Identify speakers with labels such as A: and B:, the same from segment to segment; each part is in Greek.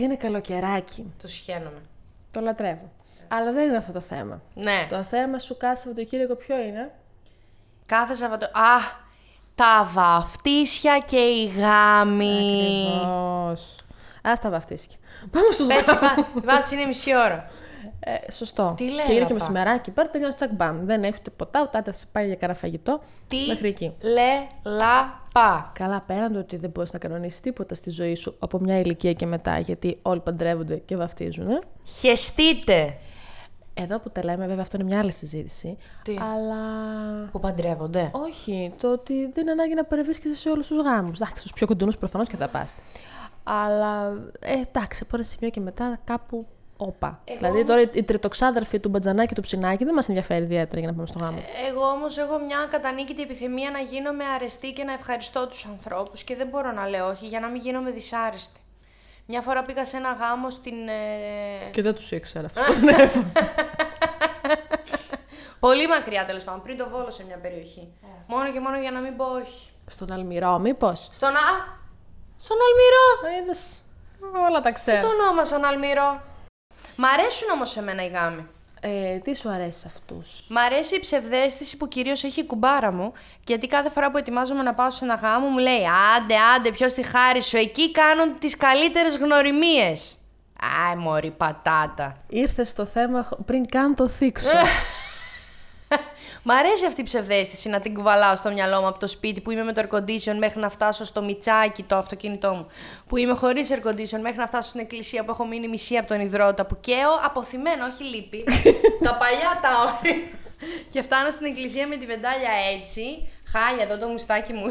A: είναι καλοκαιράκι.
B: Το συχαίνομαι.
A: Το λατρεύω. Αλλά δεν είναι αυτό το θέμα.
B: Ναι.
A: Το θέμα σου κάθε Σαββατοκύριακο ποιο είναι.
B: Κάθε Σαββατο... Α, τα βαφτίσια και οι γάμοι.
A: Ακριβώς. Ας τα βαφτίσκια. Πάμε στους
B: Πες,
A: γάμους.
B: η βάση είναι μισή ώρα.
A: Ε, σωστό.
B: Τι λέω,
A: και είναι και
B: παπά.
A: μεσημεράκι. Πάρε τελειώσει τσακ μπαμ. Δεν έχετε ποτά, ούτε άντε πάει για καρά φαγητό.
B: Τι
A: Μέχρι εκεί.
B: λελαπά.
A: Καλά, πέραν το ότι δεν μπορείς να κανονίσεις τίποτα στη ζωή σου από μια ηλικία και μετά, γιατί όλοι παντρεύονται και βαφτίζουν. ε.
B: Χεστείτε.
A: Εδώ που τα λέμε, βέβαια, αυτό είναι μια άλλη συζήτηση.
B: Τι?
A: Αλλά.
B: Που παντρεύονται.
A: Όχι, το ότι δεν είναι ανάγκη να παρευρίσκεσαι σε όλους τους γάμους. Εντάξει, στους πιο κοντινούς προφανώς και θα πας. Αλλά ε, εντάξει, από ένα σημείο και μετά κάπου. Όπα. δηλαδή τώρα η τριτοξάδερφη του Μπατζανάκη του Ψινάκη δεν μας ενδιαφέρει ιδιαίτερα για να πάμε στο γάμο.
B: Εγώ όμως έχω μια κατανίκητη επιθυμία να γίνομαι αρεστή και να ευχαριστώ τους ανθρώπους και δεν μπορώ να λέω όχι για να μην γίνομαι δυσάρεστη. Μια φορά πήγα σε ένα γάμο στην... ε,
A: Και δεν τους ήξερα αυτό.
B: Πολύ μακριά τέλος πάντων, πριν το Βόλο σε μια περιοχή.
A: Ε.
B: Μόνο και μόνο για να μην πω όχι.
A: Στον Αλμυρό, μήπως.
B: Στον Α... Στον Αλμυρό!
A: Είδες. Όλα τα ξέρω.
B: Το ονόμασαν Αλμυρό. Μ' αρέσουν όμως εμένα οι γάμοι.
A: Ε, τι σου αρέσει σε αυτούς.
B: Μ' αρέσει η ψευδέστηση που κυρίως έχει η κουμπάρα μου, γιατί κάθε φορά που ετοιμάζομαι να πάω σε ένα γάμο μου λέει Άντε, άντε, ποιος τη χάρη σου, εκεί κάνουν τις καλύτερες γνωριμίες. Άι, μωρή πατάτα.
A: Ήρθες στο θέμα χ- πριν καν το θίξω.
B: Μ' αρέσει αυτή η ψευδέστηση να την κουβαλάω στο μυαλό μου από το σπίτι που είμαι με το air condition μέχρι να φτάσω στο μιτσάκι το αυτοκίνητό μου. Που είμαι χωρίς air condition μέχρι να φτάσω στην εκκλησία που έχω μείνει μισή από τον υδρότα που καίω αποθυμένο, όχι λύπη. τα παλιά τα όρια. και φτάνω στην εκκλησία με τη βεντάλια έτσι. Χάλια εδώ το μουστάκι μου.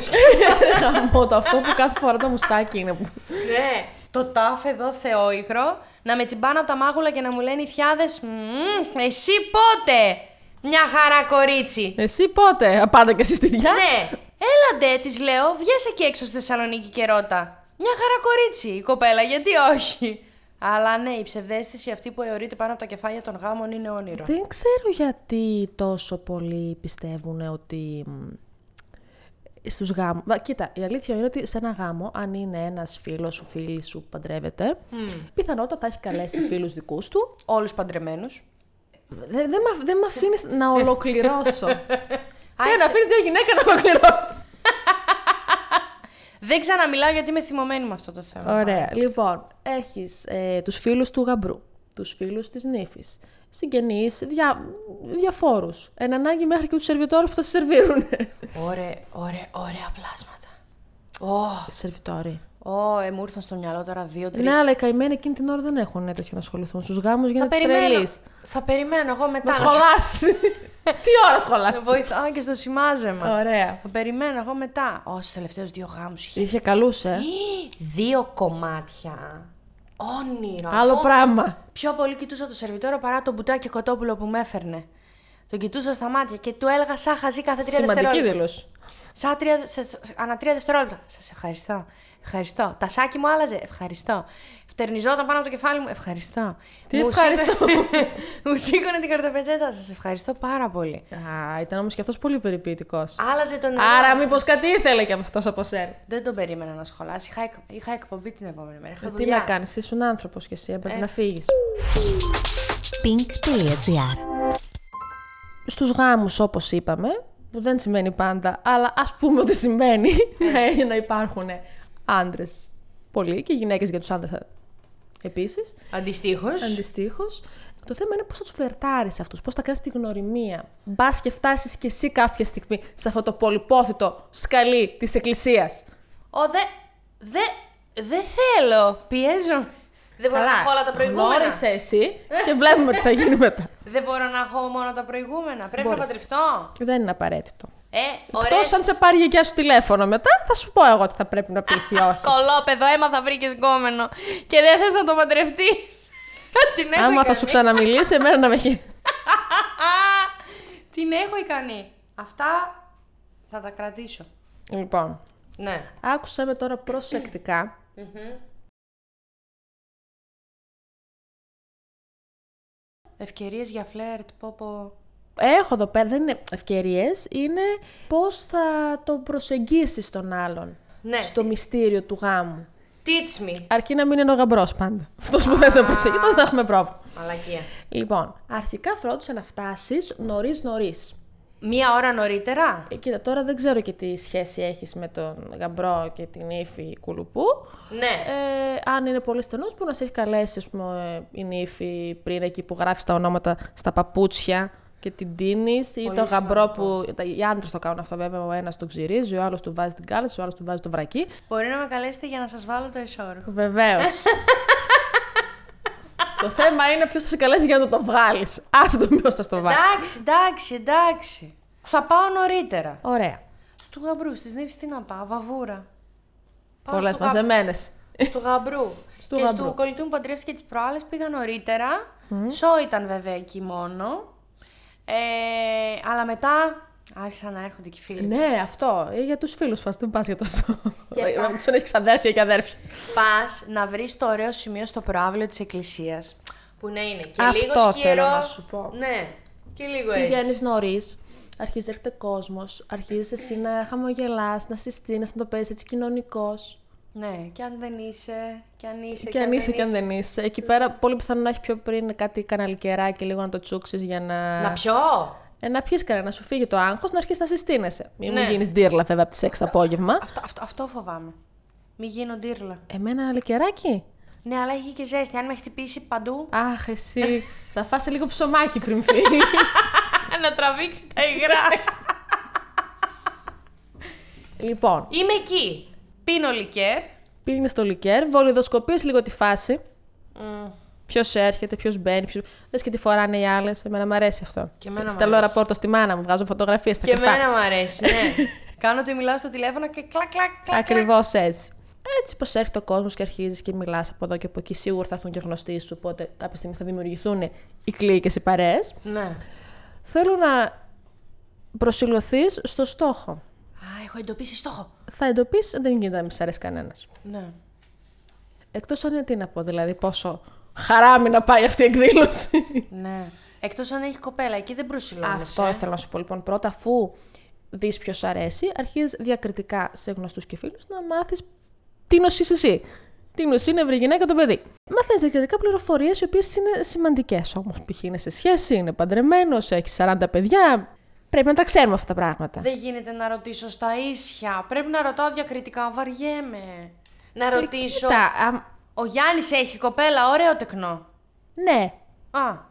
A: Χαμό το αυτό που κάθε φορά το μουστάκι είναι. που-
B: ναι. Το τάφ εδώ θεόικρο να με τσιμπάνε από τα μάγουλα και να μου λένε οι θιάδες «Μμμ, Εσύ πότε! Μια χαρά κορίτσι!
A: Εσύ πότε, απάντα και εσύ στη δουλειά.
B: Ναι, έλαντε, της λέω, βγες εκεί έξω στη Θεσσαλονίκη και ρώτα. Μια χαρά κορίτσι, η κοπέλα, γιατί όχι. Αλλά ναι, η ψευδέστηση αυτή που αιωρείται πάνω από τα κεφάλια των γάμων είναι όνειρο.
A: Δεν ξέρω γιατί τόσο πολλοί πιστεύουν ότι μ, στους γάμους... Μα, Κοίτα, η αλήθεια είναι ότι σε ένα γάμο, αν είναι ένας φίλος σου, φίλη σου που παντρεύεται, πιθανότατα θα έχει καλέσει φίλους δικούς του
B: Όλους παντρεμένους.
A: Δεν δε, δε, μ' αφ- δεν με αφήνεις να ολοκληρώσω. Δεν αφήνεις μια γυναίκα να ολοκληρώσει.
B: Δεν ξαναμιλάω γιατί είμαι θυμωμένη με αυτό το θέμα.
A: Ωραία. Λοιπόν, έχεις ε, τους φίλους του γαμπρού, τους φίλους της νύφης, συγγενείς, δια, διαφόρους. Εν ανάγκη μέχρι και τους σερβιτόρους που θα σε σερβίρουν.
B: Ωραία, ωραία, ωραία πλάσματα. Ω,
A: Σερβιτόροι.
B: ω, ε, μου ήρθαν στο μυαλό τώρα δύο-τρει.
A: Ναι, αλλά οι καημένοι εκείνη την ώρα δεν έχουν τέτοιο να ασχοληθούν. Στους γάμους
B: θα
A: γίνεται
B: περιμένω.
A: τρελή.
B: Θα περιμένω εγώ μετά.
A: Να
B: σε-
A: σχολάσει. Τι ώρα σχολάσει.
B: Να βοηθάω και στο σημάζεμα.
A: Ωραία.
B: Θα περιμένω εγώ μετά. Ω, στους τελευταίους δύο γάμους είχε
A: Είχε καλούσε.
B: Δύο κομμάτια. Όνειρο.
A: Άλλο
B: Αφού
A: πράγμα.
B: Πιο πολύ κοιτούσα το σερβιτόρο παρά τον μπουτάκι κοτόπουλο που με έφερνε. Τον κοιτούσα στα μάτια και του έλεγα σαν χαζή κάθε τρία
A: Σημαντική
B: δευτερόλεπτα.
A: δήλωση.
B: Σαν τρία, σε- σε- ανά τρία δευτερόλεπτα. Σας ευχαριστώ. Ευχαριστώ. Τα σάκι μου άλλαζε. Ευχαριστώ. Φτερνιζόταν πάνω από το κεφάλι μου. Ευχαριστώ.
A: Τι
B: σήκωνε-
A: ευχαριστώ?
B: μου σήκωνε την καρτοπετζέτα. Σας ευχαριστώ πάρα πολύ.
A: Α, ήταν όμως και αυτός πολύ περιποιητικός.
B: Άλλαζε τον
A: Άρα,
B: αέρα.
A: μήπως κάτι ήθελε κι αυτός από σένα.
B: Δεν τον περίμενα να σχολάσει. Είχα, εκ- είχα εκπομπή την επόμενη μέρα. Είχα
A: Ε, Τι
B: δουλειά. Ε.
A: να κάνεις, ήσουν άνθρωπος κι εσύ, έπρεπε να φύγεις.
C: pink.gr
A: Στους γάμους, όπως είπαμε, που δεν σημαίνει πάντα, αλλά ας πούμε ότι σημαίνει να, να υπάρχουν άντρες πολλοί και γυναίκες για τους άντρες επίσης.
B: Αντιστοίχως.
A: Αντιστοίχως, το θέμα είναι πώς θα τους φλερτάρεις αυτούς, πώς θα κάνεις τη γνωριμία. Μπας και φτάσεις κι εσύ κάποια στιγμή σε αυτό το πολυπόθητο σκαλί της Εκκλησίας.
B: Ω, δε, δε, δεν θέλω. Πιέζομαι. Δεν μπορώ να έχω όλα τα προηγούμενα.
A: Γνώρισες εσύ και βλέπουμε τι θα γίνει μετά.
B: Δεν μπορώ να έχω μόνο τα προηγούμενα. Πρέπει να
A: Μπορείς.
B: παντρευτώ.
A: Δεν είναι απαραίτητο.
B: Ε, ωραία.
A: Εκτό αν σε πάρει η γιαγιά σου τηλέφωνο μετά, θα σου πω εγώ τι θα πρέπει να πεις ή όχι.
B: Κολόπεδο, αίμα θα βρήκες γκόμενο. Και δεν θες να το παντρευτείς. Την έχω
A: Άμα
B: ικανή.
A: θα σου ξαναμιλήσει, εμένα να με έχει.
B: Την έχω ικανή. Αυτά θα τα κρατήσω.
A: Λοιπόν,
B: Ναι.
A: άκουσα με τώρα προσεκτικά.
B: Ευκαιρίες για φλερτ, πόπο.
A: Έχω εδώ πέρα, δεν είναι ευκαιρίες, είναι πώς θα το προσεγγίσεις τον άλλον
B: Ναι.
A: στο μυστήριο του γάμου.
B: Teach me.
A: Αρκεί να μην είναι ο γαμπρός πάντα. Αυτός που θες να προσέχει, τότε θα έχουμε πρόβλημα.
B: Μαλακία.
A: Λοιπόν, αρχικά φρόντισε να φτάσεις νωρί-νωρί.
B: Μία ώρα νωρίτερα.
A: Ε, Κοίτα, τώρα δεν ξέρω και τι σχέση έχεις με τον γαμπρό και την ύφη κουλουπού.
B: Ναι.
A: Ε, αν είναι πολύ στενός, που να σε έχει καλέσει, ας πούμε, η νύφη πριν εκεί που γράφεις τα ονόματα στα παπούτσια και την τίνεις ή το γαμπρό που. τα- Οι άντρες το κάνουν αυτό βέβαια. Ο ένας τον ξυρίζει, ο άλλος του βάζει την κάλεση, ο άλλος του βάζει το βρακί.
B: Μπορεί να με καλέσετε για να σας βάλω το εσόρο.
A: Βεβαίως. το θέμα είναι ποιος θα σε καλέσει για να το, το βγάλεις. Άστο ποιο θα στο βάλει.
B: Εντάξει, εντάξει, εντάξει. Θα πάω νωρίτερα.
A: Ωραία.
B: Στου γαμπρού, στις νύφη τι να πάω, βαβούρα. Πάω
A: Πολλές
B: στο γα-
A: μαζεμένες.
B: Του γαμπρού.
A: Στου
B: και
A: γαμπρού.
B: στο κολλητού μου παντρεύτηκε τις προάλλες, πήγα νωρίτερα. Σο ήταν βέβαια εκεί μόνο. Ε, αλλά μετά άρχισαν να έρχονται και οι φίλοι.
A: Ναι, αυτό. Ε, Για τους φίλους μα. Δεν πας για το Ε, σώμα.
B: Και
A: Με τους έχεις αδέρφια και αδέρφια.
B: Πας να βρεις το ωραίο σημείο στο προάβλιο της εκκλησίας. Που να είναι και
A: Αυτό
B: λίγος σκυρό.
A: θέλω να σου πω.
B: Ναι, και λίγο
A: Πηγαίνεις
B: έτσι.
A: νωρίς, αρχίζει να έρχεται κόσμος, αρχίζεις εσύ να χαμογελάς, να συστήνεις, να το παίζει έτσι κοινωνικός.
B: Ναι, και αν δεν είσαι, και αν είσαι.
A: Και αν είσαι και αν δεν είσαι. Εκεί πέρα, πολύ πιθανό να έχει πιο πριν κάτι καναλικεράκι λίγο να το τσούξεις για να.
B: Να πιω!
A: Ε, να πιεις κανένα, να σου φύγει το άγχος, να αρχίσεις να συστήνεσαι. Μην
B: Ναι.
A: μου γίνεις ντύρλα, βέβαια, από τις 6 το απόγευμα.
B: Αυτό, αυτό, αυτό φοβάμαι. Μη γίνω ντύρλα.
A: Εμένα λικεράκι.
B: Ναι, αλλά έχει και ζέστη. Αν με χτυπήσει παντού.
A: Αχ, εσύ. θα φάσει λίγο ψωμάκι πριν φύγει.
B: να τραβήξει τα υγρά.
A: λοιπόν,
B: Είμαι εκεί. Πίνω λικέρ.
A: πήγαινε στο λικέρ, βολιδοσκοπείς λίγο τη φάση. Ποιος έρχεται, ποιος μπαίνει, ποιος. Δε και τι φοράνε οι άλλες. Εμένα μου αρέσει αυτό.
B: Και εμένα μ'
A: Στέλνω
B: αρέσει.
A: ραπόρτο στη μάνα μου, βγάζω φωτογραφίες στα
B: Και
A: κρυφά.
B: εμένα μου αρέσει, ναι. Κάνω ότι μιλάω στο τηλέφωνο και κλακ, κλακ, κλακ. κλακ.
A: Ακριβώς έτσι. Έτσι, πως έρχεται ο κόσμος και αρχίζεις και μιλάς από εδώ και από εκεί, σίγουρα θα έρθουν και γνωστοί σου. Οπότε κάποια στιγμή θα δημιουργηθούν οι κλίκες, οι παρέες.
B: Ναι.
A: Θέλω να προσιλωθείς στο στόχο.
B: Α, έχω εντοπίσει στόχο.
A: Θα εντοπίσεις, δεν γίνεται να μην σ' αρέσει κανένας.
B: Ναι.
A: Εκτός αν είναι τι να πω, δηλαδή πόσο χαράμι να πάει αυτή η εκδήλωση.
B: Ναι. Εκτός αν έχει κοπέλα, εκεί δεν προσιλώνεσαι.
A: Αυτό ήθελα να σου πω λοιπόν. Πρώτα, αφού δεις ποιος σ' αρέσει, αρχίζεις διακριτικά σε γνωστούς και φίλους να μάθεις τι νοσεί εσύ. Τι νοσεί είναι ευρύ γυναίκα το παιδί. Μαθαίνεις διακριτικά πληροφορίες οι οποίες είναι σημαντικές όμως. Π.χ. είναι σε σχέση, είναι παντρεμένος, έχεις 40 παιδιά. Πρέπει να τα ξέρουμε αυτά τα πράγματα.
B: Δεν γίνεται να ρωτήσω στα ίσια. Πρέπει να ρωτάω διακριτικά. Βαριέμαι. Να ρωτήσω.
A: Ε, Κοίτα, αμ,
B: Ο Γιάννης έχει κοπέλα, ωραίο τεκνό.
A: ναι,
B: Α.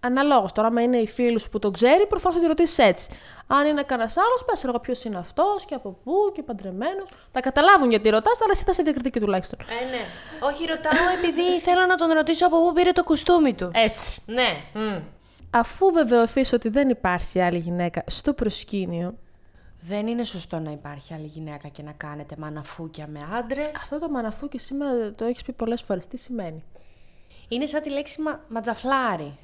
A: Αναλόγως. Τώρα, άμα είναι οι φίλους που τον ξέρει, προφανώς θα τη ρωτήσεις έτσι. Αν είναι κανένας άλλος, πα εγώ ποιος είναι αυτός και από πού και παντρεμένος. Θα καταλάβουν γιατί ρωτάς, αλλά εσύ θα σε διακριτική τουλάχιστον.
B: Ε, ναι. Όχι, ρωτάω επειδή θέλω να τον ρωτήσω από πού πήρε το κουστούμι του.
A: Έτσι.
B: Ναι. Μμ.
A: Αφού βεβαιωθείς ότι δεν υπάρχει άλλη γυναίκα στο προσκήνιο,
B: Δεν είναι σωστό να υπάρχει άλλη γυναίκα και να κάνετε μαναφούκια με άντρες.
A: αυτό το μαναφούκι σήμερα το έχεις πει πολλές φορές. Τι σημαίνει.
B: Είναι σαν τη λέξη μα... ματζαφλάρι.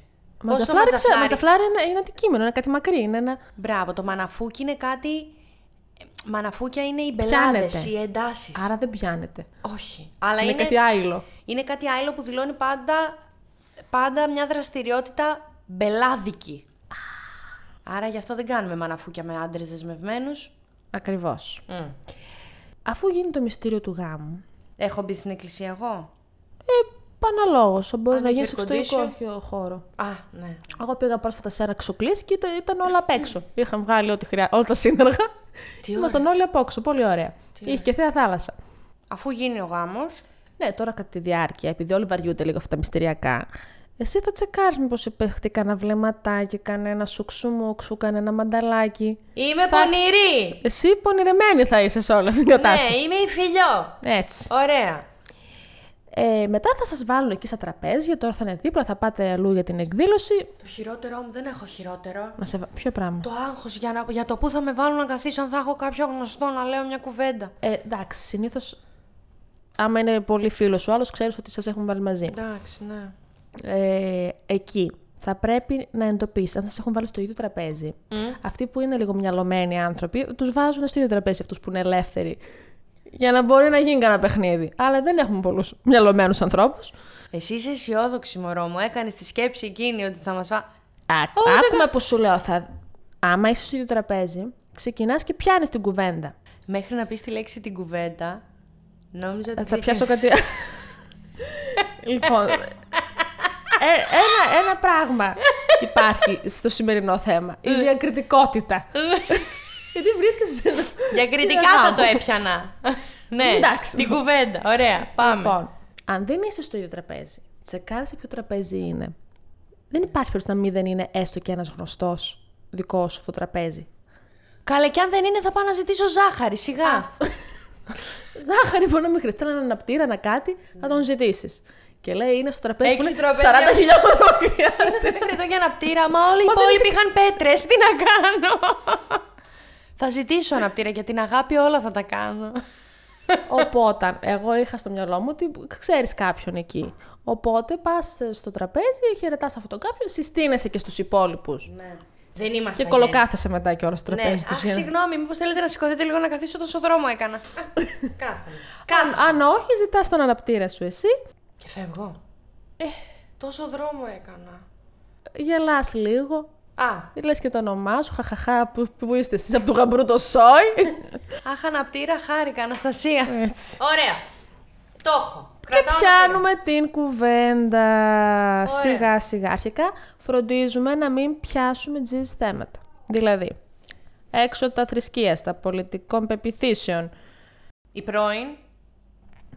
B: Πώς το
A: Ματζαφλάρι, ξε- ματζαφλάρι είναι, είναι αντικείμενο, είναι κάτι μακρύ. Είναι ένα...
B: Μπράβο, το μαναφούκι είναι κάτι. Μαναφούκια είναι οι μπελάδε,
A: Πιάνεται.
B: οι εντάσεις.
A: Άρα δεν πιάνεται.
B: Όχι. Αλλά
A: είναι,
B: είναι,
A: κάτι άλλο.
B: είναι κάτι άλλο που δηλώνει πάντα, πάντα μια δραστηριότητα μπελάδικη. Άρα γι' αυτό δεν κάνουμε μαναφούκια με άντρες δεσμευμένους.
A: Ακριβώς. Αφού γίνει το μυστήριο του γάμου,
B: Έχω μπει στην εκκλησία εγώ.
A: Ε, παναλόγως. Μπορεί
B: Αν
A: να
B: έχει
A: γίνει
B: air
A: σε εξωτερικό
B: condition.
A: χιο- χώρο.
B: Α, ναι.
A: Εγώ πήγα πρόσφατα σε ένα ξοκλή και ήταν, ήταν όλα απ' έξω. Είχαν βγάλει ό,τι χρειά, όλα τα σύνταργα.
B: Τι
A: Ήμασταν όλοι απ' έξω. Πολύ ωραία. Είχε και θέα θάλασσα.
B: Αφού γίνει ο γάμος.
A: Ναι, τώρα κατά τη διάρκεια, επειδή όλοι βαριούνται λίγο αυτά τα μυστηριακά, εσύ θα τσεκάρεις μήπως υπέχτη κανένα βλεμματάκι, κανένα σουξουμούξου, κανένα μανταλάκι.
B: Είμαι πονηρή!
A: Εσύ πονηρεμένη θα είσαι σε όλη αυτή την κατάσταση.
B: Ναι, είμαι η φιλιό.
A: Έτσι.
B: Ωραία.
A: Ε, μετά θα σας βάλουν εκεί στα τραπέζια, τώρα θα είναι δίπλα, θα πάτε αλλού για την εκδήλωση.
B: Το χειρότερό μου δεν έχω χειρότερο.
A: Να σε... βα- Ποιο πράγμα.
B: Το άγχος για, να- για το που θα με βάλουν να καθίσω, αν θα έχω κάποιο γνωστό να λέω μια κουβέντα.
A: Ε, εντάξει, συνήθως. Άμα είναι πολύ φίλος ο άλλος, ξέρεις ότι σας έχουν βάλει μαζί.
B: Εντάξει, ναι.
A: Ε, εκεί θα πρέπει να εντοπίσεις αν σας έχουν βάλει στο ίδιο τραπέζι. Αυτοί που είναι λίγο μυαλωμένοι άνθρωποι, τους βάζουν στο ίδιο τραπέζι αυτούς που είναι ελεύθεροι. Για να μπορεί να γίνει κανένα παιχνίδι. Αλλά δεν έχουμε πολλούς μυαλωμένους ανθρώπους.
B: Εσύ είσαι αισιόδοξη, μωρό μου. Έκανες τη σκέψη εκείνη ότι θα μας φά.
A: Άκουμε που σου λέω. Θα... Άμα είσαι στο ίδιο τραπέζι, ξεκινάς και πιάνεις την κουβέντα.
B: Μέχρι να πεις τη λέξη την κουβέντα, Νόμιζα ότι.
A: Ε, Θα
B: ξεκι-
A: πιάσω κάτι. λοιπόν. ε, ένα, ένα πράγμα υπάρχει στο σημερινό θέμα.
B: Ε.
A: Η διακριτικότητα. Γιατί βρίσκεσαι σε ένα. σε
B: Διακριτικά
A: ένα
B: θα το
A: γάμο.
B: έπιανα. ναι,
A: Εντάξει.
B: Την κουβέντα. Ωραία, πάμε.
A: Λοιπόν, αν δεν είσαι στο ίδιο τραπέζι, τσεκάρει ποιο τραπέζι είναι. Δεν υπάρχει περίπτωση να μην δεν είναι έστω και ένας γνωστός δικός σου αυτό το τραπέζι.
B: Καλέ, και αν δεν είναι, θα πάω να ζητήσω ζάχαρη, σιγά.
A: Ζάχαρη, μπορεί να μην χρειαστεί έναν αναπτήρα, ένα κάτι, θα τον ζητήσεις. Και λέει είναι στο τραπέζι που
B: Έξι
A: είναι 40
B: τραπέζια.
A: χιλιόμετρα μακριά.
B: Δεν εδώ για αναπτήρα, μα όλοι οι
A: Μα δεν
B: υπόλοιποι είχαν πέτρες. Τι να κάνω. θα ζητήσω αναπτήρα για την αγάπη, όλα θα τα κάνω.
A: Οπότε, εγώ είχα στο μυαλό μου ότι ξέρεις κάποιον εκεί. Οπότε πας στο τραπέζι, χαιρετάς αυτόν τον κάποιον, συστήνεσαι και στους υπόλοιπους.
B: Δεν είμαστε.
A: Και κολοκάθεσαι μετά κιόλα στο
B: Ναι,
A: τραπέζι
B: αχ,
A: του.
B: συγγνώμη, μήπως θέλετε να σηκωθείτε λίγο να καθίσω, τόσο δρόμο έκανα. Κάθομαι. Κάθομαι.
A: Αν όχι, ζητάς τον αναπτήρα σου εσύ,
B: Και φεύγω. Ε. Τόσο δρόμο έκανα.
A: γελάς λίγο,
B: Α,
A: λες και το όνομά σου, χαχαχά, που, που είστε εσείς από του γαμπρού το σόι.
B: αχ, αναπτήρα, χάρηκα, Αναστασία.
A: Έτσι.
B: Ωραία. Το έχω.
A: Και
B: Κρατάω αναπτήρα.
A: πιάνουμε την κουβέντα σιγά σιγά. Αρχικά φροντίζουμε να μην πιάσουμε τζιζ θέματα. Δηλαδή, έξω τα θρησκείας, τα πολιτικών πεπιθήσεων,
B: Η πρώην.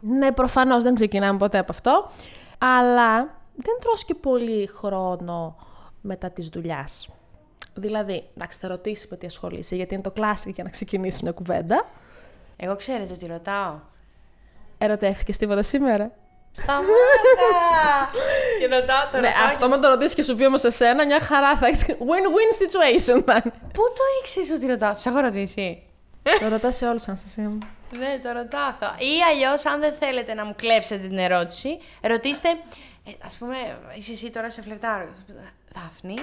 A: Ναι, προφανώς δεν ξεκινάμε ποτέ από αυτό. Αλλά δεν τρως και πολύ χρόνο μετά τη δουλειάς. Δηλαδή, εντάξει, θα ρωτήσει με τι ασχολείσαι, γιατί είναι το κλασικό για να ξεκινήσει μια κουβέντα.
B: Εγώ ξέρετε τι ρωτάω.
A: Ερωτεύτηκες τίποτα σήμερα.
B: Σταμάτα! και ρωτάω το
A: Ναι,
B: ρωτάω
A: αυτό με το ρωτήσεις και σου πει όμως εσένα, μια χαρά θα έχεις. Win-win situation θα είναι.
B: και- Πού το ήξερες ότι ρωτάω, σε έχω ρωτήσει.
A: το ρωτάς σε όλους, Αναστασία μου.
B: ναι, το ρωτάω αυτό. Ή αλλιώς, αν δεν θέλετε να μου κλέψετε την ερώτηση, ρωτήστε. Ε, Ας πούμε, είσαι εσύ τώρα σε φλερτάρω. Θα πω, Δάφνη,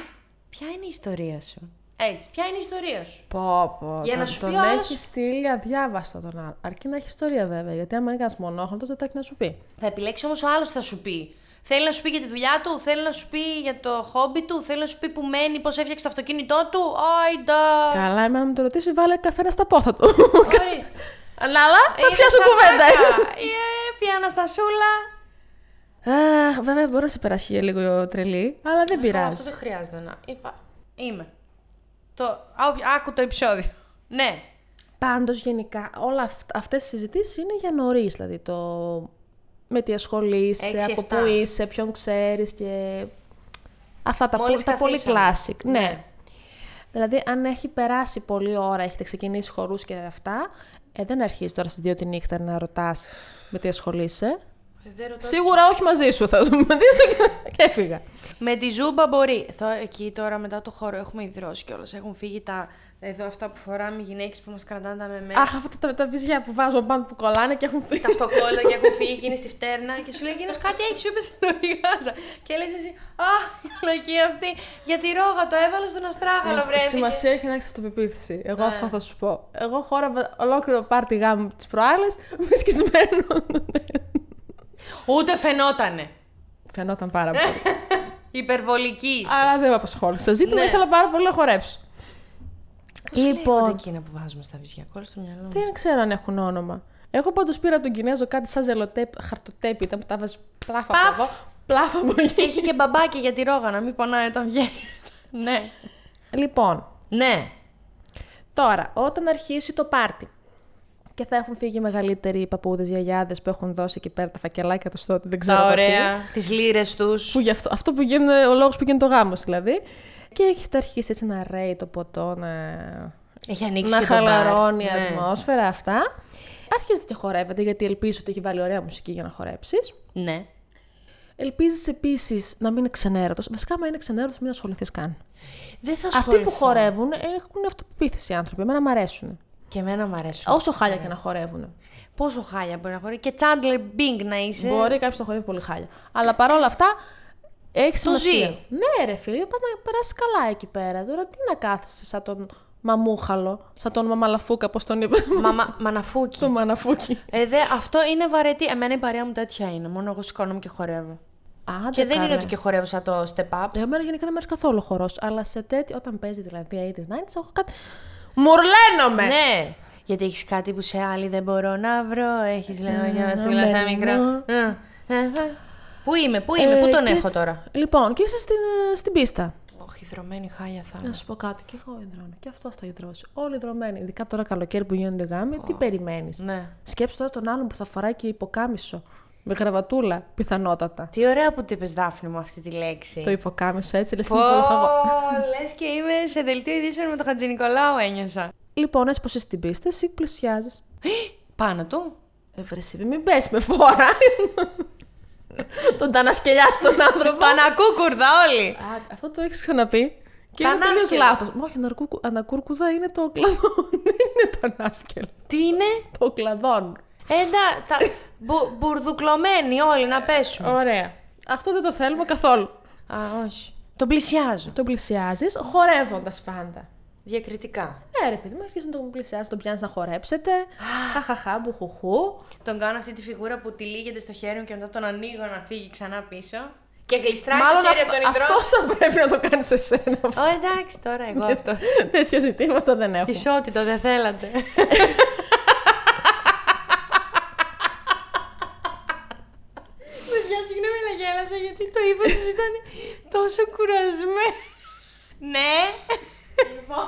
B: ποια είναι η ιστορία σου. Έτσι, ποια είναι η ιστορία σου.
A: Πω, πω.
B: Για να
A: τον-
B: σου
A: τον
B: πει ο άλλος-
A: έχεις στείλει αδιάβαστο τον άλλο. Αρκεί να έχει ιστορία βέβαια, γιατί άμα είναι κανένα μονόχρονο, δεν θα έχει να σου πει.
B: Θα επιλέξει όμως ο άλλος θα σου πει. Θέλει να σου πει για τη δουλειά του, θέλει να σου πει για το χόμπι του, θέλει να σου πει που μένει, πώς έφτιαξε το αυτοκίνητό του. Άιντα!
A: Καλά, εμένα μου το ρωτήσει, βάλε καφένα στα πόθα του. Ε,
B: Ορίστε. Ε,
A: Αλλά, αλλά θα
B: Είναι
A: πιάσω
B: στα
A: κουβέντα.
B: δάκα. Ε, Πια Αναστασούλα.
A: Α, βέβαια μπορεί να σε περάσει για λίγο τρελή, αλλά δεν
B: Αυτό
A: πειράζει.
B: δεν χρειάζεται να. Είπα. Είμαι. Το... Α, όποι- Άκου το επεισόδιο. Ναι.
A: Πάντως, γενικά, όλα αυτ- αυτές οι συζητήσεις είναι για νωρίς. Δηλαδή, το με τι ασχολείσαι,
B: Έξι,
A: από
B: εφτά.
A: πού είσαι, ποιον ξέρεις και. Αυτά τα,
B: Μόλις
A: πο- τα πολύ
B: καθίσαμε.
A: classic. Ναι. Δηλαδή, αν έχει περάσει πολλή ώρα, έχετε ξεκινήσει χορούς και αυτά, ε, δεν αρχίζει τώρα στις δύο τη νύχτα να ρωτάς με τι ασχολείσαι.
B: Ε, Δεν ρωτάω.
A: Σίγουρα όχι μαζί σου, θα το μαζί σου και- και έφυγα.
B: Με τη ζούμπα μπορεί. Εδώ, εκεί τώρα μετά το χώρο έχουμε ιδρώσει κιόλας. Έχουν φύγει τα. Εδώ αυτά που φοράμε οι γυναίκες που μας κρατάνε τα μεμέ.
A: Αχ, αυτά τα, τα βυζιά που βάζω πάνω που κολλάνε και έχουν φύγει.
B: τα αυτοκόλλητα και έχουν φύγει εκείνη στη φτέρνα και σου λέει εκείνο κάτι έχεις, σου είπες το γιγάζα. Και λες εσύ, Α, η λογική αυτή για τη ρόγα το έβαλα στον αστράγαλο, βρέθηκε. Ναι.
A: Σημασία έχει να έχεις αυτοπεποίθηση. Εγώ αυτό θα σου πω. Εγώ χώρα ολόκληρο πάρτι γάμου της προάλλες με σκισμένο.
B: Ούτε φαινότανε.
A: Φαινόταν πάρα
B: Ναι.
A: πολύ.
B: Υπερβολικής.
A: Αλλά δεν με απασχόλησε.
B: Ναι.
A: Ζήτημα ήθελα πάρα πολύ να χορέψω.
B: Λοιπόν.
A: Λοιπόν,
B: εκείνα που βάζουμε στα βυζιά, κόλλα στο μυαλό μου.
A: δεν ξέρω αν έχουν όνομα. Εγώ πάντως πήρα από τον Κινέζο κάτι σαν ζελοτέπ, χαρτοτέπι, ήταν που τα βάζεις πλάφα
B: Παφ.
A: από εδώ, πλάφα από εκεί.
B: Και έχει και μπαμπάκι για τη ρόγα, να μην πονάει όταν βγαίνει. ναι.
A: Λοιπόν,
B: Ναι.
A: Τώρα, όταν αρχίσει το πάρτι και θα έχουν φύγει οι μεγαλύτεροι παππούδες, γιαγιάδες που έχουν δώσει εκεί πέρα τα φακελάκια τους στο ότι δεν ξέρω.
B: Τα
A: εγώ τι.
B: ωραία. Τις λύρες τους.
A: Που γι' αυτό, αυτό που γίνεται, ο λόγος που γίνεται το γάμος δηλαδή. Και έχετε αρχίσει έτσι να ρέει το ποτό, να,
B: Έχει ανοίξει
A: να
B: και το μπαρ.
A: χαλαρώνει η
B: Ναι.
A: ατμόσφαιρα αυτά. Αρχίζετε και χορεύετε, γιατί ελπίζω ότι έχει βάλει ωραία μουσική για να χορέψεις.
B: Ναι.
A: Ελπίζεις επίσης να μην είναι ξενέρωτος. Βασικά, άμα είναι ξενέρωτος, μην ασχοληθείς καν.
B: Δεν θα
A: Αυτοί που
B: ασχοληθώ.
A: χορεύουν έχουν αυτοπεποίθηση οι άνθρωποι. Εμένα μου αρέσουν. Ναι.
B: Και εμένα μου αρέσουν.
A: Όσο χάλια και να χορεύουν.
B: Πόσο χάλια μπορεί να χωρεί. Και Τσάντλερ Μπίνγκ να είσαι.
A: Μπορεί κάποιος να χορεύει πολύ χάλια. Αλλά παρόλα αυτά έχει σημασία.
B: ζει.
A: Ναι, ρε φίλε, πας να περάσεις καλά εκεί πέρα. Τώρα τι να κάθεσαι σαν τον μαμούχαλο, σαν τον μαμαλαφούκα, πώς τον είπε.
B: Μαμα, μαναφούκι.
A: το μαναφούκι.
B: Ε, δε, αυτό είναι βαρετή. Εμένα η παρέα μου τέτοια είναι. Μόνο εγώ σηκώνομαι και χορεύω.
A: Άντε,
B: Και δεν
A: καλέ.
B: είναι ότι και χορεύω σαν το step up.
A: Ε, Εμένα γενικά δεν μου αρέσει καθόλου χορός. Αλλά σε τέτοιο. Όταν παίζει δηλαδή 80s, 90s, έχω κάτι. Μουρλαίνομαι!
B: Ναι. Γιατί έχεις κάτι που σε άλλη δεν μπορώ να βρω. Έχεις λέω για Ε, να τσουλά
A: μπαίνω.
B: ένα μικρό. Ε, ε, ε. Πού είμαι, πού είμαι, πού
A: Ε,
B: τον
A: και
B: έχω
A: έτσι-
B: τώρα.
A: Λοιπόν, και είσαι στην, ε, στην πίστα.
B: Όχι, δρομένη χάλια θα
A: Να σου πω κάτι, και εγώ υδρώνω. Και αυτό θα υδρώσει. Όλοι υδρωμένοι. Ειδικά τώρα καλοκαίρι που γίνονται γάμοι, τι περιμένεις.
B: Ναι.
A: Σκέψου τώρα τον άλλον που θα φοράει και υποκάμισο. Με γραβατούλα, πιθανότατα.
B: Τι ωραία που το είπε, Δάφνη μου, αυτή τη λέξη.
A: Το υποκάμισο έτσι, λες και
B: Πω,
A: είναι πολύ χαβό.
B: λες και είμαι σε δελτίο ειδήσεων με τον Χατζη Νικολάου ένιωσα.
A: Λοιπόν, έτσι πω είσαι στην πίστα, εσύ πλησιάζεις.
B: Πάνω του.
A: Ευρεσί, μην πες με φόρα. τον τανασκελιάς στον άνθρωπο.
B: Πανακούκουρδα όλοι.
A: Α, αυτό το έχεις ξαναπεί. Και είναι
B: Τανάσκελο.
A: τελείως λάθος. Μα Όχι, αναρκούκου- ανακούρκουδα είναι το κλαδόν. Δεν είναι τανάσκελο.
B: Τι είναι.
A: Το κλαδόν.
B: Έντα, τα... μπου- μπουρδουκλωμένοι όλοι να πέσουν.
A: Ωραία. Αυτό δεν το θέλουμε καθόλου.
B: Α, όχι. Τον πλησιάζω.
A: Τον πλησιάζεις χορεύοντας πάντα.
B: Διακριτικά.
A: Ναι, ρε παιδί μου, αρχίζεις να τον πλησιάζεις, τον πιάνεις να χορέψετε. Χαχαχά, μπουχουχού.
B: Τον κάνω αυτή τη φιγούρα που τη λύγεται στο χέρι μου και μετά τον ανοίγω να φύγει ξανά πίσω. Και γλιστράει
A: Μάλλον
B: το χέρι από τον ιδρό.
A: αυτός θα πρέπει να το κάνει εσένα.
B: Ω, εντάξει, τώρα εγώ αυτός.
A: Τέτοια ζητήματα δεν έχω.
B: Ισότητα, δεν θέλατε. Παιδιά, συγγνώμη να γέλασα γιατί το είπα σας ήταν τόσο κουρασμένο. ναι. λοιπόν.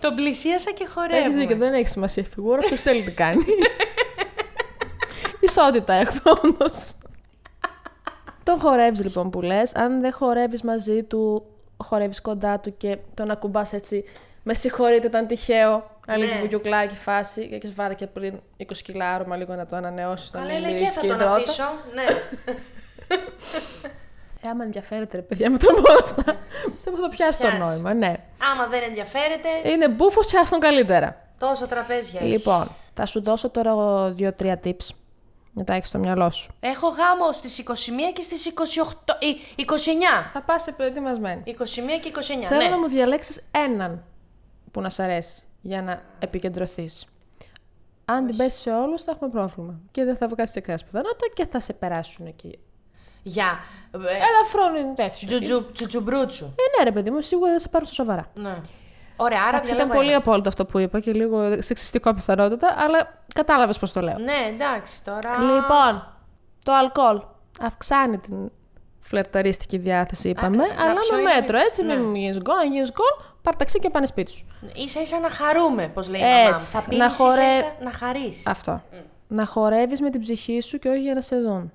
B: Τον πλησίασα και χορεύουμε.
A: Έχεις δίκιο, δεν έχει σημασία η φιγούρα, ποιος θέλει τι κάνει. Ισότητα έχουμε όμω. τον χορεύεις λοιπόν που λες. Αν δεν χορεύεις μαζί του, χορεύεις κοντά του και τον ακουμπάς έτσι. Με συγχωρείτε, ήταν τυχαίο. Αλλά λίγο βουγιουκλάκι φάση. Και έχεις βάλει και πριν 20 κιλά άρωμα λίγο να το ανανεώσεις.
B: Καλά, λέει και θα τον αφήσω. ναι.
A: Ε, άμα ενδιαφέρεται, ρε παιδιά, μετά από όλα αυτά. Πιστεύω θα πιάσει το
B: Πιάσει.
A: νόημα, ναι.
B: Άμα δεν ενδιαφέρεται,
A: Είναι μπούφος και άστον καλύτερα.
B: τόσα τραπέζια έχεις.
A: Λοιπόν, θα σου δώσω τώρα εγώ δύο-τρία tips. Να τα έχεις στο μυαλό σου.
B: Έχω γάμο στις 21 και στις ε, 28... ή, 29.
A: Θα πας προετοιμασμένη.
B: 21 και 29,
A: Θέλω
B: ναι.
A: να μου διαλέξεις έναν που να σ' αρέσει για να επικεντρωθείς. Αν την πέσεις σε όλους, θα έχουμε πρόβλημα. Και δεν θα βγάλει κανένας πιθανότητα και θα σε περάσουν εκεί.
B: Για. ε,
A: Ελαφρόν είναι τέτοιο.
B: Τζουτζου, τζουτζουμπρούτσου.
A: Ε, ναι, ρε παιδί μου, σίγουρα δεν σε πάρω στα σοβαρά.
B: Ναι. Ωραία, άρα
A: Εντάξει, ήταν
B: διαλέγω
A: πολύ
B: ένα.
A: απόλυτο αυτό που είπα και λίγο σεξιστικό πιθανότητα, αλλά κατάλαβες πώς το λέω.
B: Ναι, εντάξει τώρα.
A: Λοιπόν, το αλκοόλ αυξάνει την φλερταρίστικη διάθεση, είπαμε,
B: να
A: αλλά
B: πιω
A: με
B: ή να
A: μέτρο, έτσι,
B: ναι.
A: μην γίνεις γκολ, αν γίνεις γκολ, πάρ' ταξί και πάνε σπίτι σου.
B: σα ίσα να χαρούμε, πώς λέει η μαμά. μου.
A: Έτσι,
B: Θα
A: να
B: πίνεις ίσα
A: χορε-
B: ίσα να χαρείς.
A: Αυτό.
B: Mm.
A: Να χορεύεις με την ψυχή σου και όχι για να σε δουν.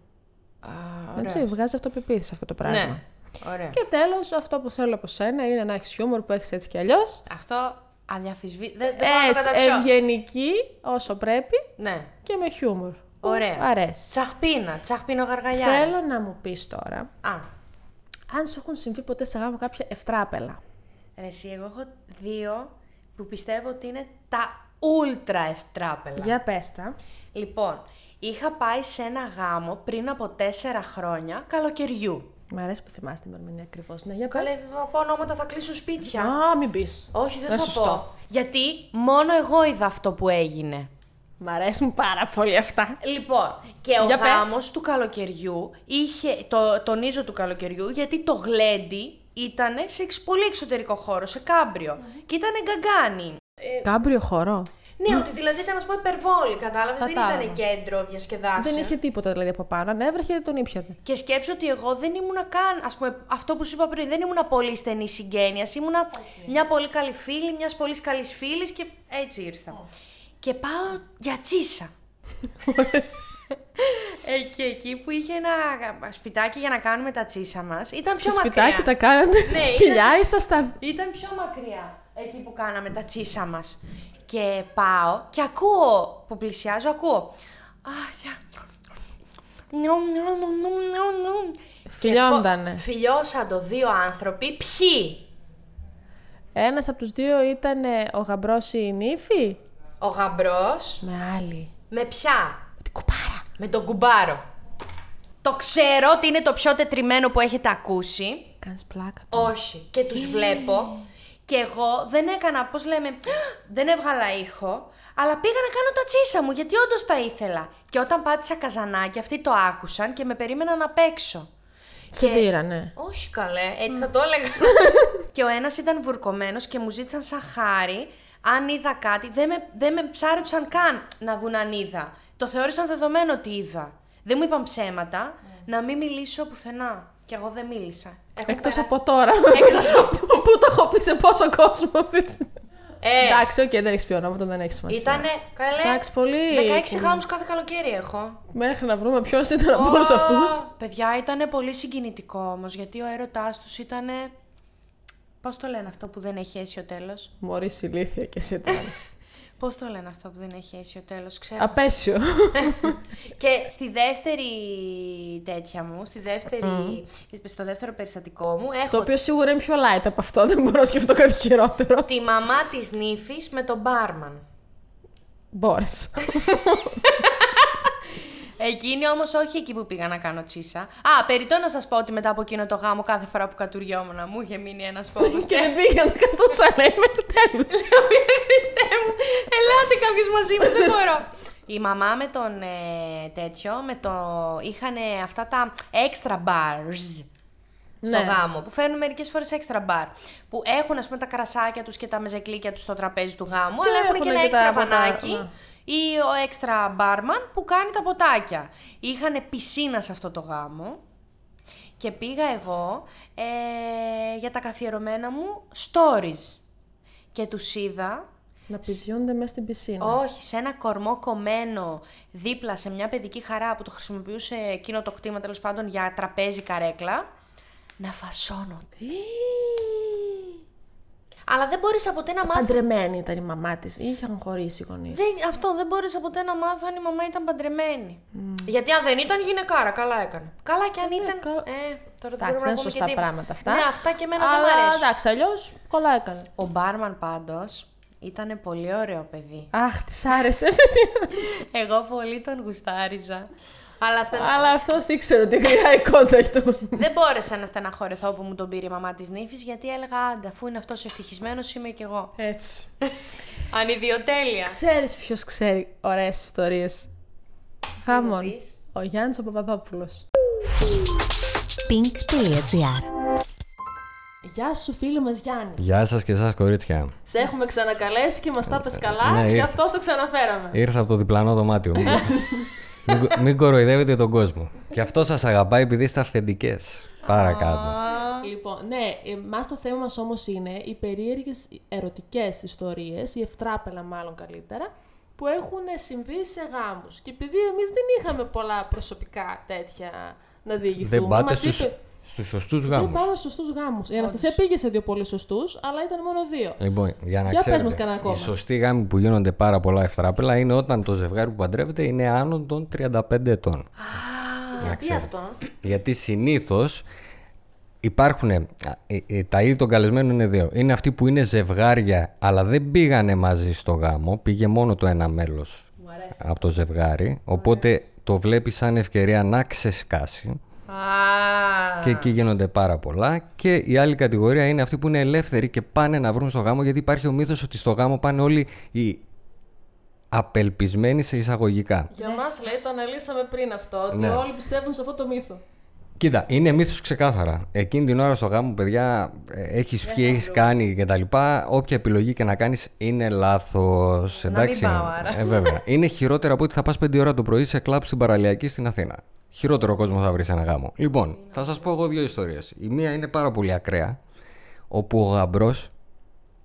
B: Ωραία.
A: Έτσι, βγάζει αυτοπεποίθηση αυτό το πράγμα.
B: Ναι. Ωραία.
A: Και τέλος, αυτό που θέλω από σένα είναι να έχεις χιούμορ που έχεις έτσι κι αλλιώς.
B: Αυτό αδιαφυσβή. Δεν, δεν Ε, μπορώ να το
A: Έτσι,
B: καταπιώ.
A: ευγενική όσο πρέπει
B: Ναι.
A: και με χιούμορ. που
B: Ωραία.
A: Αρέσει.
B: Τσαχπίνα, τσαχπίνο γαργαλιά.
A: Θέλω να μου πεις τώρα,
B: Α,
A: αν σου έχουν συμβεί ποτέ σε γάμο κάποια ευτράπελα.
B: ρε, εσύ, εγώ έχω δύο που πιστεύω ότι είναι τα ούλτρα ευτράπελα.
A: Για πες τα.
B: Λοιπόν, είχα πάει σε ένα γάμο πριν από τέσσερα χρόνια καλοκαιριού.
A: Μ' αρέσει που θυμάσαι την ημερομηνία ακριβώς. Ναι, για
B: Καλέ,
A: πες.
B: θα πω ονόματα, θα κλείσουν σπίτια.
A: Α, μην πεις.
B: Όχι, δεν
A: Δεν
B: θα
A: σωστό.
B: πω. Γιατί μόνο εγώ είδα αυτό που έγινε.
A: Μ' αρέσουν πάρα πολύ αυτά.
B: Λοιπόν, και ο
A: Για πε.
B: γάμος του καλοκαιριού είχε. Το, τονίζω του καλοκαιριού, γιατί το γλέντι ήταν σε εξ- πολύ εξωτερικό χώρο, σε κάμπριο. Και ήταν γκαγκάνι.
A: Κάμπριο χώρο.
B: Ναι, ότι δηλαδή ήταν, ας πούμε, υπερβόλη, κατάλαβες. Δεν
A: Κατάλαβα.
B: ήταν κέντρο διασκεδάσεων.
A: Δεν είχε τίποτα δηλαδή από πάνω. Αν έβρεχε, τον ήπιατε.
B: Και σκέψω ότι εγώ δεν ήμουνα καν, ας πούμε, αυτό που σου είπα πριν, δεν ήμουνα πολύ στενή συγγένεια. Ήμουνα μια πολύ καλή φίλη, μιας πολύς καλής φίλης και έτσι ήρθα. Και πάω για τσίσα. ε, και εκεί που είχε ένα σπιτάκι για να κάνουμε τα τσίσα μας, ήταν πιο
A: Σε
B: μακριά.
A: σπιτάκι τα κάνατε.
B: Ναι,
A: Σκυλιά ήσασταν.
B: Ήταν πιο μακριά εκεί που κάναμε τα τσίσα μας. Και πάω και ακούω που πλησιάζω, ακούω. Αχ, νιου, νιου, νιου, νιου, νιου, νιου.
A: Φιλιόντανε.
B: Και πο- Φιλιώσαντο δύο άνθρωποι. Ποιοι!
A: Ένας από τους δύο ήταν ε, ο γαμπρός ή η νύφη.
B: Ο γαμπρός
A: Με άλλη.
B: με ποια?
A: Με την κουπάρα.
B: Με τον κουμπάρο. Το ξέρω ότι είναι το πιο τετριμένο που έχετε ακούσει.
A: Κάνεις πλάκα.
B: Όχι. Και τους βλέπω. Και εγώ δεν έκανα, πώς λέμε, δεν έβγαλα ήχο, αλλά πήγα να κάνω τα τσίσα μου, γιατί όντως τα ήθελα. Και όταν πάτησα καζανάκι, αυτοί το άκουσαν και με περίμεναν να παίξω.
A: Σε ναι. δίρανε.
B: Όχι καλέ, έτσι θα το έλεγα. και ο ένας ήταν βουρκωμένος και μου ζήτησαν σαν χάρη αν είδα κάτι, δεν με, δεν με ψάρεψαν καν να δουν αν είδα. Το θεώρησαν δεδομένο ότι είδα. Δεν μου είπαν ψέματα να μην μιλήσω πουθενά. Και εγώ δεν μίλησα. Έχω
A: Εκτός
B: περάσει-
A: από τώρα.
B: Εκτός
A: που το έχω πει σε πόσο κόσμο. έτσι.
B: Ε,
A: Εντάξει, οκ, δεν έχεις ονόματα, δεν έχει σημασία.
B: Ήτανε καλέ.
A: Εντάξει, πολύ
B: 16 γάμους κάθε καλοκαίρι έχω.
A: Μέχρι να βρούμε ποιος ήταν από όλους αυτού.
B: Ω, Παιδιά, ήταν πολύ συγκινητικό όμως, γιατί ο έρωτάς τους ήταν. Πώς το λένε αυτό που δεν έχει αίσιο τέλος.
A: Μωρή ηλίθεια και εσύ τώρα.
B: Πώς το λένε αυτό που δεν έχει αίσιο τέλος, ξέρω.
A: Απέσιο.
B: Και στη δεύτερη τέτοια μου, στη δεύτερη, στο δεύτερο περιστατικό μου, έχω
A: το οποίο σίγουρα είναι πιο light από αυτό. Δεν μπορώ να σκεφτώ κάτι χειρότερο.
B: τη μαμά της νύφης με τον μπάρμαν.
A: Μπόρεσα.
B: Εκείνη όμως όχι εκεί που πήγα να κάνω τσίσα. Α, περιττώ να σας πω ότι μετά από εκείνο το γάμο, κάθε φορά που κατουριόμουν, μου είχε μείνει ένας φόβος.
A: και δεν πήγα να κατούσα, λέει, μέχρι τέλου.
B: Χριστέ μου, ελάτε κάποιος μαζί μου, δεν μπορώ. Η μαμά με τον ε, τέτοιο, με το... είχαν αυτά τα extra bars
A: Ναι.
B: στο γάμο, που φέρνουν μερικές φορές extra bar. Που έχουν, ας πούμε, τα κρασάκια τους και τα μεζεκλίκια τους στο τραπέζι του γάμου, αλλά έχουν και
A: έχουν
B: ένα
A: και τα
B: έξτρα
A: ποτά,
B: φανάκι
A: ναι.
B: ή ο έξτρα μπάρμαν που κάνει τα ποτάκια. Είχαν πισίνα σε αυτό το γάμο και πήγα εγώ ε, για τα καθιερωμένα μου stories. Και τους είδα
A: Να πηδιούνται μέσα στην πισίνα.
B: όχι, σε ένα κορμό κομμένο δίπλα σε μια παιδική χαρά που το χρησιμοποιούσε εκείνο το κτήμα τέλος πάντων για τραπέζι καρέκλα. Να φασώνονται. Αλλά δεν μπορείς ποτέ να μάθεις...
A: Παντρεμένη ήταν η μαμά της. Είχαν χωρίσει οι γονείς.
B: Δεν, αυτό δεν μπορείς ποτέ να μάθω αν η μαμά ήταν παντρεμένη. Γιατί αν δεν ήταν γυναικάρα, καλά έκανε. Καλά και αν ήταν.
A: Ναι, καλά.
B: Ε, τώρα δεν
A: Εντάξει,
B: μπορούμε
A: δεν
B: να
A: είναι
B: πούμε
A: σωστά
B: και τι.
A: πράγματα αυτά.
B: Ναι, αυτά και εμένα δεν
A: Αλλά,
B: μου αρέσουν.
A: Εντάξει, αλλιώς κολλά έκανε.
B: Ο μπάρμαν πάντως ήταν πολύ ωραίο παιδί.
A: Αχ, της άρεσε.
B: Εγώ πολύ τον γουστάριζα. Αλλά στεναχωρήθηκα.
A: Αλλά αυτός ήξερε ότι χρειάζεται θα έχει το
B: Δεν μπόρεσα να στεναχωρεθώ που μου τον πήρε η μαμά της νύφης, γιατί έλεγα άντε, αφού είναι αυτός ευτυχισμένος, είμαι κι εγώ.
A: Έτσι.
B: Ανιδιοτέλεια.
A: Ξέρεις ποιος ξέρει ωραίες ιστορίες.
B: μου
A: Χάμον.
B: πεις.
A: Ο Γιάννης ο Παπαδόπουλος.
C: pink.gr
A: Γεια σου, φίλε μας Γιάννη.
D: Γεια σας και εσάς, κορίτσια.
A: Σε έχουμε ξανακαλέσει και μας τα πες καλά
D: Ναι,
A: και
D: ήρθε.
A: αυτό το ξαναφέραμε.
D: Ήρθα από το διπλανό δωμάτιο μου. μην, κο- μην κοροϊδεύετε τον κόσμο. Και αυτό σας αγαπάει επειδή είστε αυθεντικές. Παρακάτω.
A: Λοιπόν, ναι, εμάς το θέμα μας όμως είναι οι περίεργες ερωτικές ιστορίες, η ευτράπελα μάλλον καλύτερα, που έχουν συμβεί σε γάμους. Και επειδή εμείς δεν είχαμε πολλά προσωπικά τέτοια να διηγηθούμε.
D: Δεν πάτε
A: μας
D: στους
A: είπε-
D: στους σωστούς
A: Δεν
D: γάμου.
A: πάμε στους σωστούς γάμους. Η Αναστασία πήγε σε δύο πολύ σωστούς, αλλά ήταν μόνο δύο.
D: Λοιπόν, για να
A: Για πες μας
D: ξέρετε,
A: κανένα ακόμα.
D: οι σωστοί γάμοι που γίνονται πάρα πολλά ευτράπελα είναι όταν το ζευγάρι που παντρεύεται είναι άνω των 35 ετών.
A: Τι αυτό.
D: Γιατί συνήθως υπάρχουν. ε, Τα είδη των καλεσμένων είναι δύο. Είναι αυτοί που είναι ζευγάρια, αλλά δεν πήγανε μαζί στο γάμο. Πήγε μόνο το ένα μέλος από το ζευγάρι. Οπότε το βλέπεις σαν ευκαιρία να ξεσκάσει.
B: Α.
D: Και εκεί γίνονται πάρα πολλά. Και η άλλη κατηγορία είναι αυτοί που είναι ελεύθεροι και πάνε να βρουν στο γάμο. Γιατί υπάρχει ο μύθος ότι στο γάμο πάνε όλοι οι απελπισμένοι σε εισαγωγικά.
A: Για μας λέει το αναλύσαμε πριν αυτό, ότι
D: Ναι.
A: όλοι πιστεύουν σε αυτό το μύθο.
D: Κοίτα, είναι μύθος ξεκάθαρα. Εκείνη την ώρα στο γάμο, παιδιά, έχει πιει, έχεις κάνει κτλ. Όποια επιλογή και να κάνεις είναι λάθος. Εντάξει.
B: πάω, άρα.
D: Ε, βέβαια. είναι χειρότερα από ότι θα πας 5 ώρα το πρωί σε κλαμπ στην παραλιακή στην Αθήνα. Χειρότερο κόσμο θα βρεις σε ένα γάμο. Λοιπόν, θα σας πω εγώ δύο ιστορίες. Η μία είναι πάρα πολύ ακραία. Όπου ο γαμπρός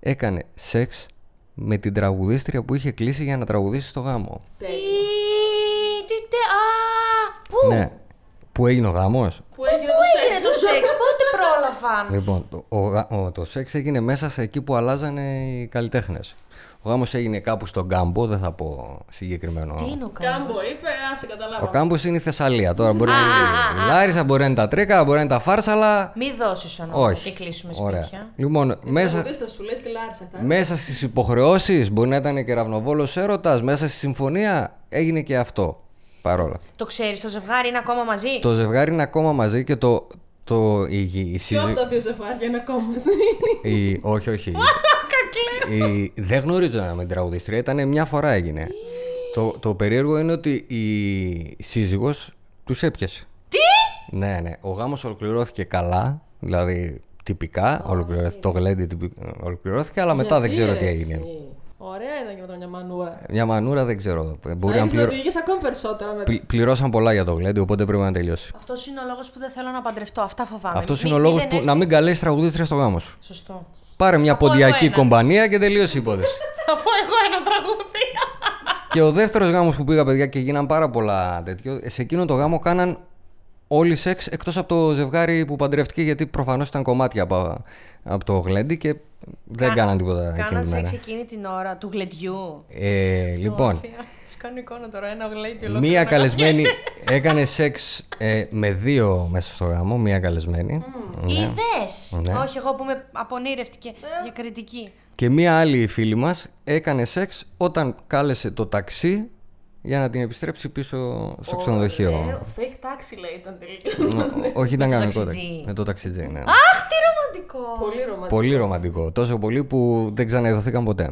D: έκανε σεξ με την τραγουδίστρια που είχε κλείσει για να τραγουδήσει στο γάμο.
B: Ή, Τι τε. Α! Πού
D: Ναι. Που έγινε ο γάμος.
A: Που έγινε το
B: είναι το σεξ, πότε πρόλαβαν.
D: Λοιπόν, το, ο, γα- ο- το σεξ έγινε μέσα σε εκεί που αλλάζανε οι καλλιτέχνες. Ο γάμος έγινε κάπου στον κάμπο, δεν θα πω συγκεκριμένο.
B: Τι είναι ο κα-
A: Κάμπος, είπε, α σε
D: Ο
A: καταλάβω.
D: κάμπος είναι η Θεσσαλία. Τώρα μπορεί να είναι η Λάρισα, μπορεί να είναι τα τρέκα, μπορεί να είναι τα φάρσα, αλλά.
B: Μη δώσεις ονόματα
D: Όχι.
B: και κλείσουμε
D: Ωραία.
B: σπίτια. Ε,
D: Λοιπόν, μέσα,
A: Τραγουδίστρα σου λέει στη Λάρισα, θα.
D: μέσα στις υποχρεώσεις μπορεί να ήταν κεραυνοβόλο έρωτας, μέσα στη συμφωνία έγινε και αυτό. Παρόλα.
B: Το ξέρεις, το ζευγάρι είναι ακόμα μαζί.
D: Το ζευγάρι είναι ακόμα μαζί και το. το η, η,
A: Ποιο από
D: συζη-
A: τα δύο ζευγάρια είναι ακόμα.
D: Η... Όχι, όχι. η... Δεν γνωρίζω να με την τραγουδίστρια, ήταν μια φορά έγινε. το, το περίεργο είναι ότι η σύζυγος τους έπιασε. Τι! Ναι, ναι. Ο γάμος ολοκληρώθηκε καλά, δηλαδή τυπικά, ολοκληρώθηκε, το γλέντι τυπι- ολοκληρώθηκε, αλλά μετά δεν ξέρω τι έγινε.
A: Ωραία ήταν και με τον μια μανούρα.
D: Μια μανούρα δεν ξέρω. Μπορεί
A: Μπορεί
D: να
A: να
D: πληρω...
A: οδηγήσει ακόμη περισσότερο μετά.
D: πλη- πληρώσαν πολλά για το γλέντι, οπότε πρέπει να τελειώσει.
B: Αυτός είναι ο λόγος που δεν θέλω να παντρευτώ. Αυτά φοβάμαι.
D: Αυτός
B: Μη-
D: είναι ο
B: μη
D: λόγο
B: δεν
D: που
B: έρθει-
D: να μην καλέσεις τραγουδίστρια στο γάμος σου.
B: Σωστό.
D: Πάρε μια
B: Απόλυο
D: ποντιακή
B: ένα.
D: κομπανία και τελείωσε η υπόθεση.
B: Θα πω εγώ ένα τραγούδι.
D: και ο δεύτερος γάμος που πήγα, παιδιά, και γίναν πάρα πολλά τέτοιο. ε, Σε εκείνο το γάμο κάναν όλοι σεξ εκτός από το ζευγάρι που παντρευτήκε, γιατί προφανώς ήταν κομμάτια από, από το γλέντι και δεν κάναν τίποτα εκείνη
B: Κάναν
D: την
B: σεξ
D: μέρα.
B: εκείνη την ώρα του γλεντιού.
D: Ε, λοιπόν,
B: Του κάνω εικόνα τώρα, ένα γλέντι
D: Μία καλεσμένη έκανε σεξ ε, με δύο μέσα στο γάμο. Μία καλεσμένη.
B: Mm. Είδες!
D: Ναι.
B: Όχι, εγώ που είμαι απονήρευτη και διακριτική.
D: Και μία άλλη φίλη μας έκανε σεξ όταν κάλεσε το ταξί για να την επιστρέψει πίσω στο ξενοδοχείο.
A: Fake taxi λέει ήταν τελικά.
D: Ναι, Όχι, ήταν κανονικό.
B: ταξιτζή.
D: ταξί. Με το ταξιτζή, ναι.
B: Αχ, τι ρομαντικό!
A: Πολύ ρομαντικό.
D: Πολύ ρομαντικό. Τόσο πολύ που δεν ξαναειδωθήκαν ποτέ.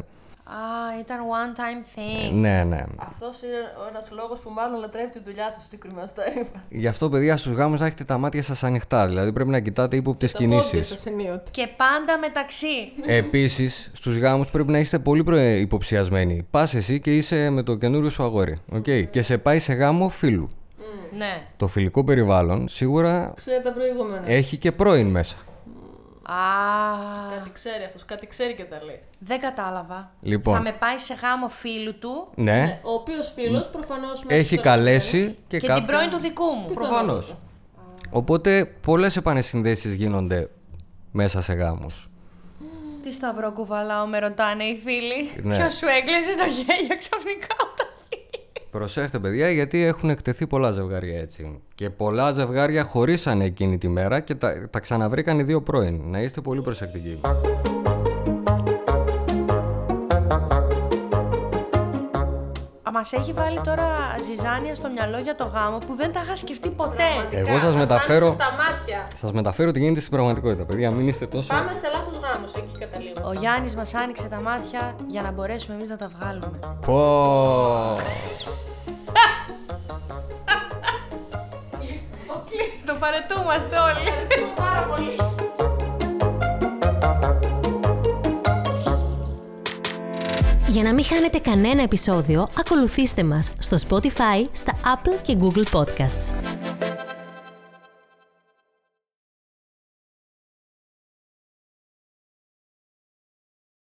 B: Α, ήταν one time
D: Ε,
B: thing.
D: Ναι, ναι.
A: Αυτός είναι ένας λόγος που μάλλον λατρεύει τη δουλειά του συγκεκριμένο στο έμφαση.
D: Γι' αυτό, παιδιά, στους γάμους να έχετε τα μάτια σας ανοιχτά. Δηλαδή πρέπει να κοιτάτε ύποπτες κινήσεις.
A: Σας ενίοτε.
B: Και πάντα μεταξύ.
D: Επίσης, στους γάμους πρέπει να είστε πολύ προε- υποψιασμένοι. Πας εσύ και είσαι με το καινούριο σου αγόρι. οκ. Και σε πάει σε γάμο φίλου.
B: ναι.
D: Το φιλικό περιβάλλον σίγουρα
A: Ξέρει τα προηγούμενα.
D: έχει και πρώην μέσα.
B: Α,
A: Κάτι ξέρει αυτός, κάτι ξέρει και τα λέει.
B: δεν κατάλαβα.
D: Λοιπόν.
B: Θα με πάει σε γάμο φίλου του
D: Ναι,
A: Ο οποίος φίλος προφανώς.
D: έχει καλέσει και,
B: και την
D: κάποιον.
B: πρώην του δικού μου.
D: Προφανώς. Οπότε πολλές επανεσυνδέσεις γίνονται μέσα σε γάμους.
B: Τι σταυρό κουβαλάω, με ρωτάνε οι φίλοι.
D: Ναι.
B: Ποιος σου έκλεισε το γέλιο ξαφνικά από τα χείλη.
D: Προσέχτε, παιδιά, γιατί έχουν εκτεθεί πολλά ζευγάρια έτσι. Και πολλά ζευγάρια χωρίσανε εκείνη τη μέρα και τα, τα ξαναβρήκαν οι δύο πρώην. Να είστε πολύ προσεκτικοί.
B: Μας έχει βάλει τώρα ζυζάνια στο μυαλό για το γάμο που δεν τα είχα σκεφτεί ποτέ.
D: Εγώ σας μεταφέρω.
A: Στα μάτια.
D: Σας μεταφέρω τι γίνεται στην πραγματικότητα, παιδιά. Μην είστε τόσο.
A: Πάμε σε λάθος γάμο, εκεί καταλήγω.
B: Ο Γιάννης μας άνοιξε τα μάτια για να μπορέσουμε εμείς να τα βγάλουμε.
D: Πω!
B: Κλείσει, το παρετούμαστε όλοι.
A: Ευχαριστούμε πάρα πολύ.
C: Για να μην χάνετε κανένα επεισόδιο, ακολουθήστε μας στο Spotify, στα Apple και Google Podcasts.